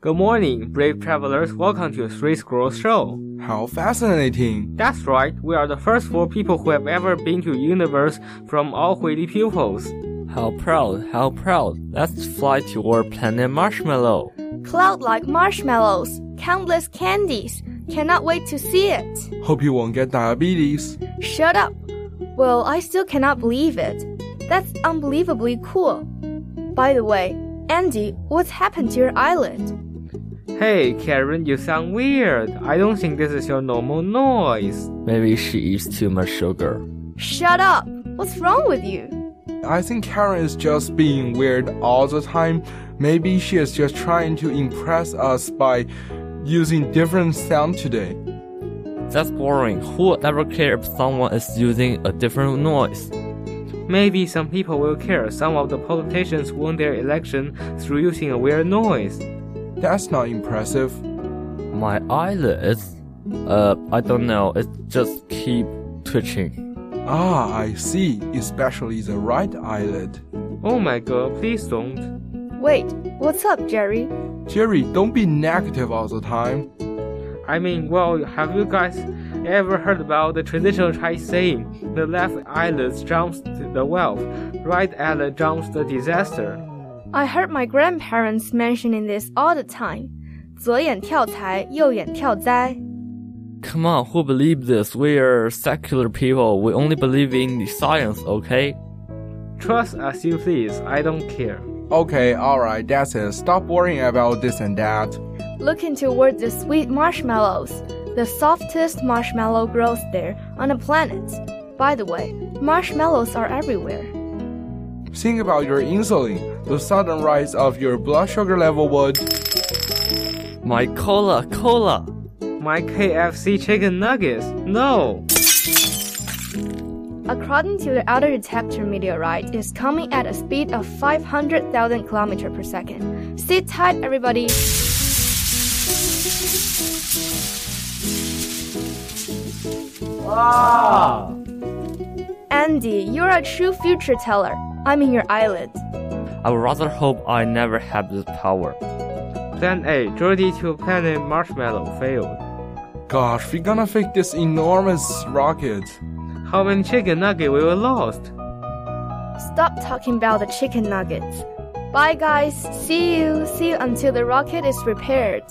Good morning, brave travelers. Welcome to Three Squirrels Show. How fascinating! That's right, we are the first four people who have ever been to universe from all Huili pupils. How proud, how proud. Let's fly toward planet Marshmallow. Cloud like marshmallows, countless candies. Cannot wait to see it. Hope you won't get diabetes. Shut up. Well, I still cannot believe it. That's unbelievably cool. By the way, Andy, what's happened to your island? Hey, Karen, you sound weird. I don't think this is your normal noise. Maybe she eats too much sugar. Shut up. What's wrong with you? I think Karen is just being weird all the time. Maybe she is just trying to impress us by using different sound today. That's boring. Who would ever care if someone is using a different noise? Maybe some people will care. Some of the politicians won their election through using a weird noise. That's not impressive. My eyelid is. Uh, I don't know. It just keep twitching. Ah, I see, especially the right eyelid. Oh my god, please don't. Wait, what's up, Jerry? Jerry, don't be negative all the time. I mean, well, have you guys ever heard about the traditional Chinese saying, the left eyelid jumps to the wealth, right eyelid jumps the disaster? I heard my grandparents mentioning this all the time. 左眼跳财，右眼跳灾. Come on, who believe this? We are secular people. We only believe in the science, okay? Trust as you please, I don't care. Okay, alright, that's it. Stop worrying about this and that. Looking toward the sweet marshmallows. The softest marshmallow grows there on the planet. By the way, marshmallows are everywhere. Think about your insulin. The sudden rise of your blood sugar level would. My cola, cola! My KFC chicken nuggets? No! According to the outer detector meteorite is coming at a speed of 500,000 km per second. Sit tight everybody. Andy, you're a true future teller. I'm in your eyelid. I would rather hope I never have this power. Plan A, journey to planet Marshmallow failed. Gosh, we're gonna fake this enormous rocket. How many chicken nuggets we were lost? Stop talking about the chicken nuggets. Bye guys. See you. See you until the rocket is repaired.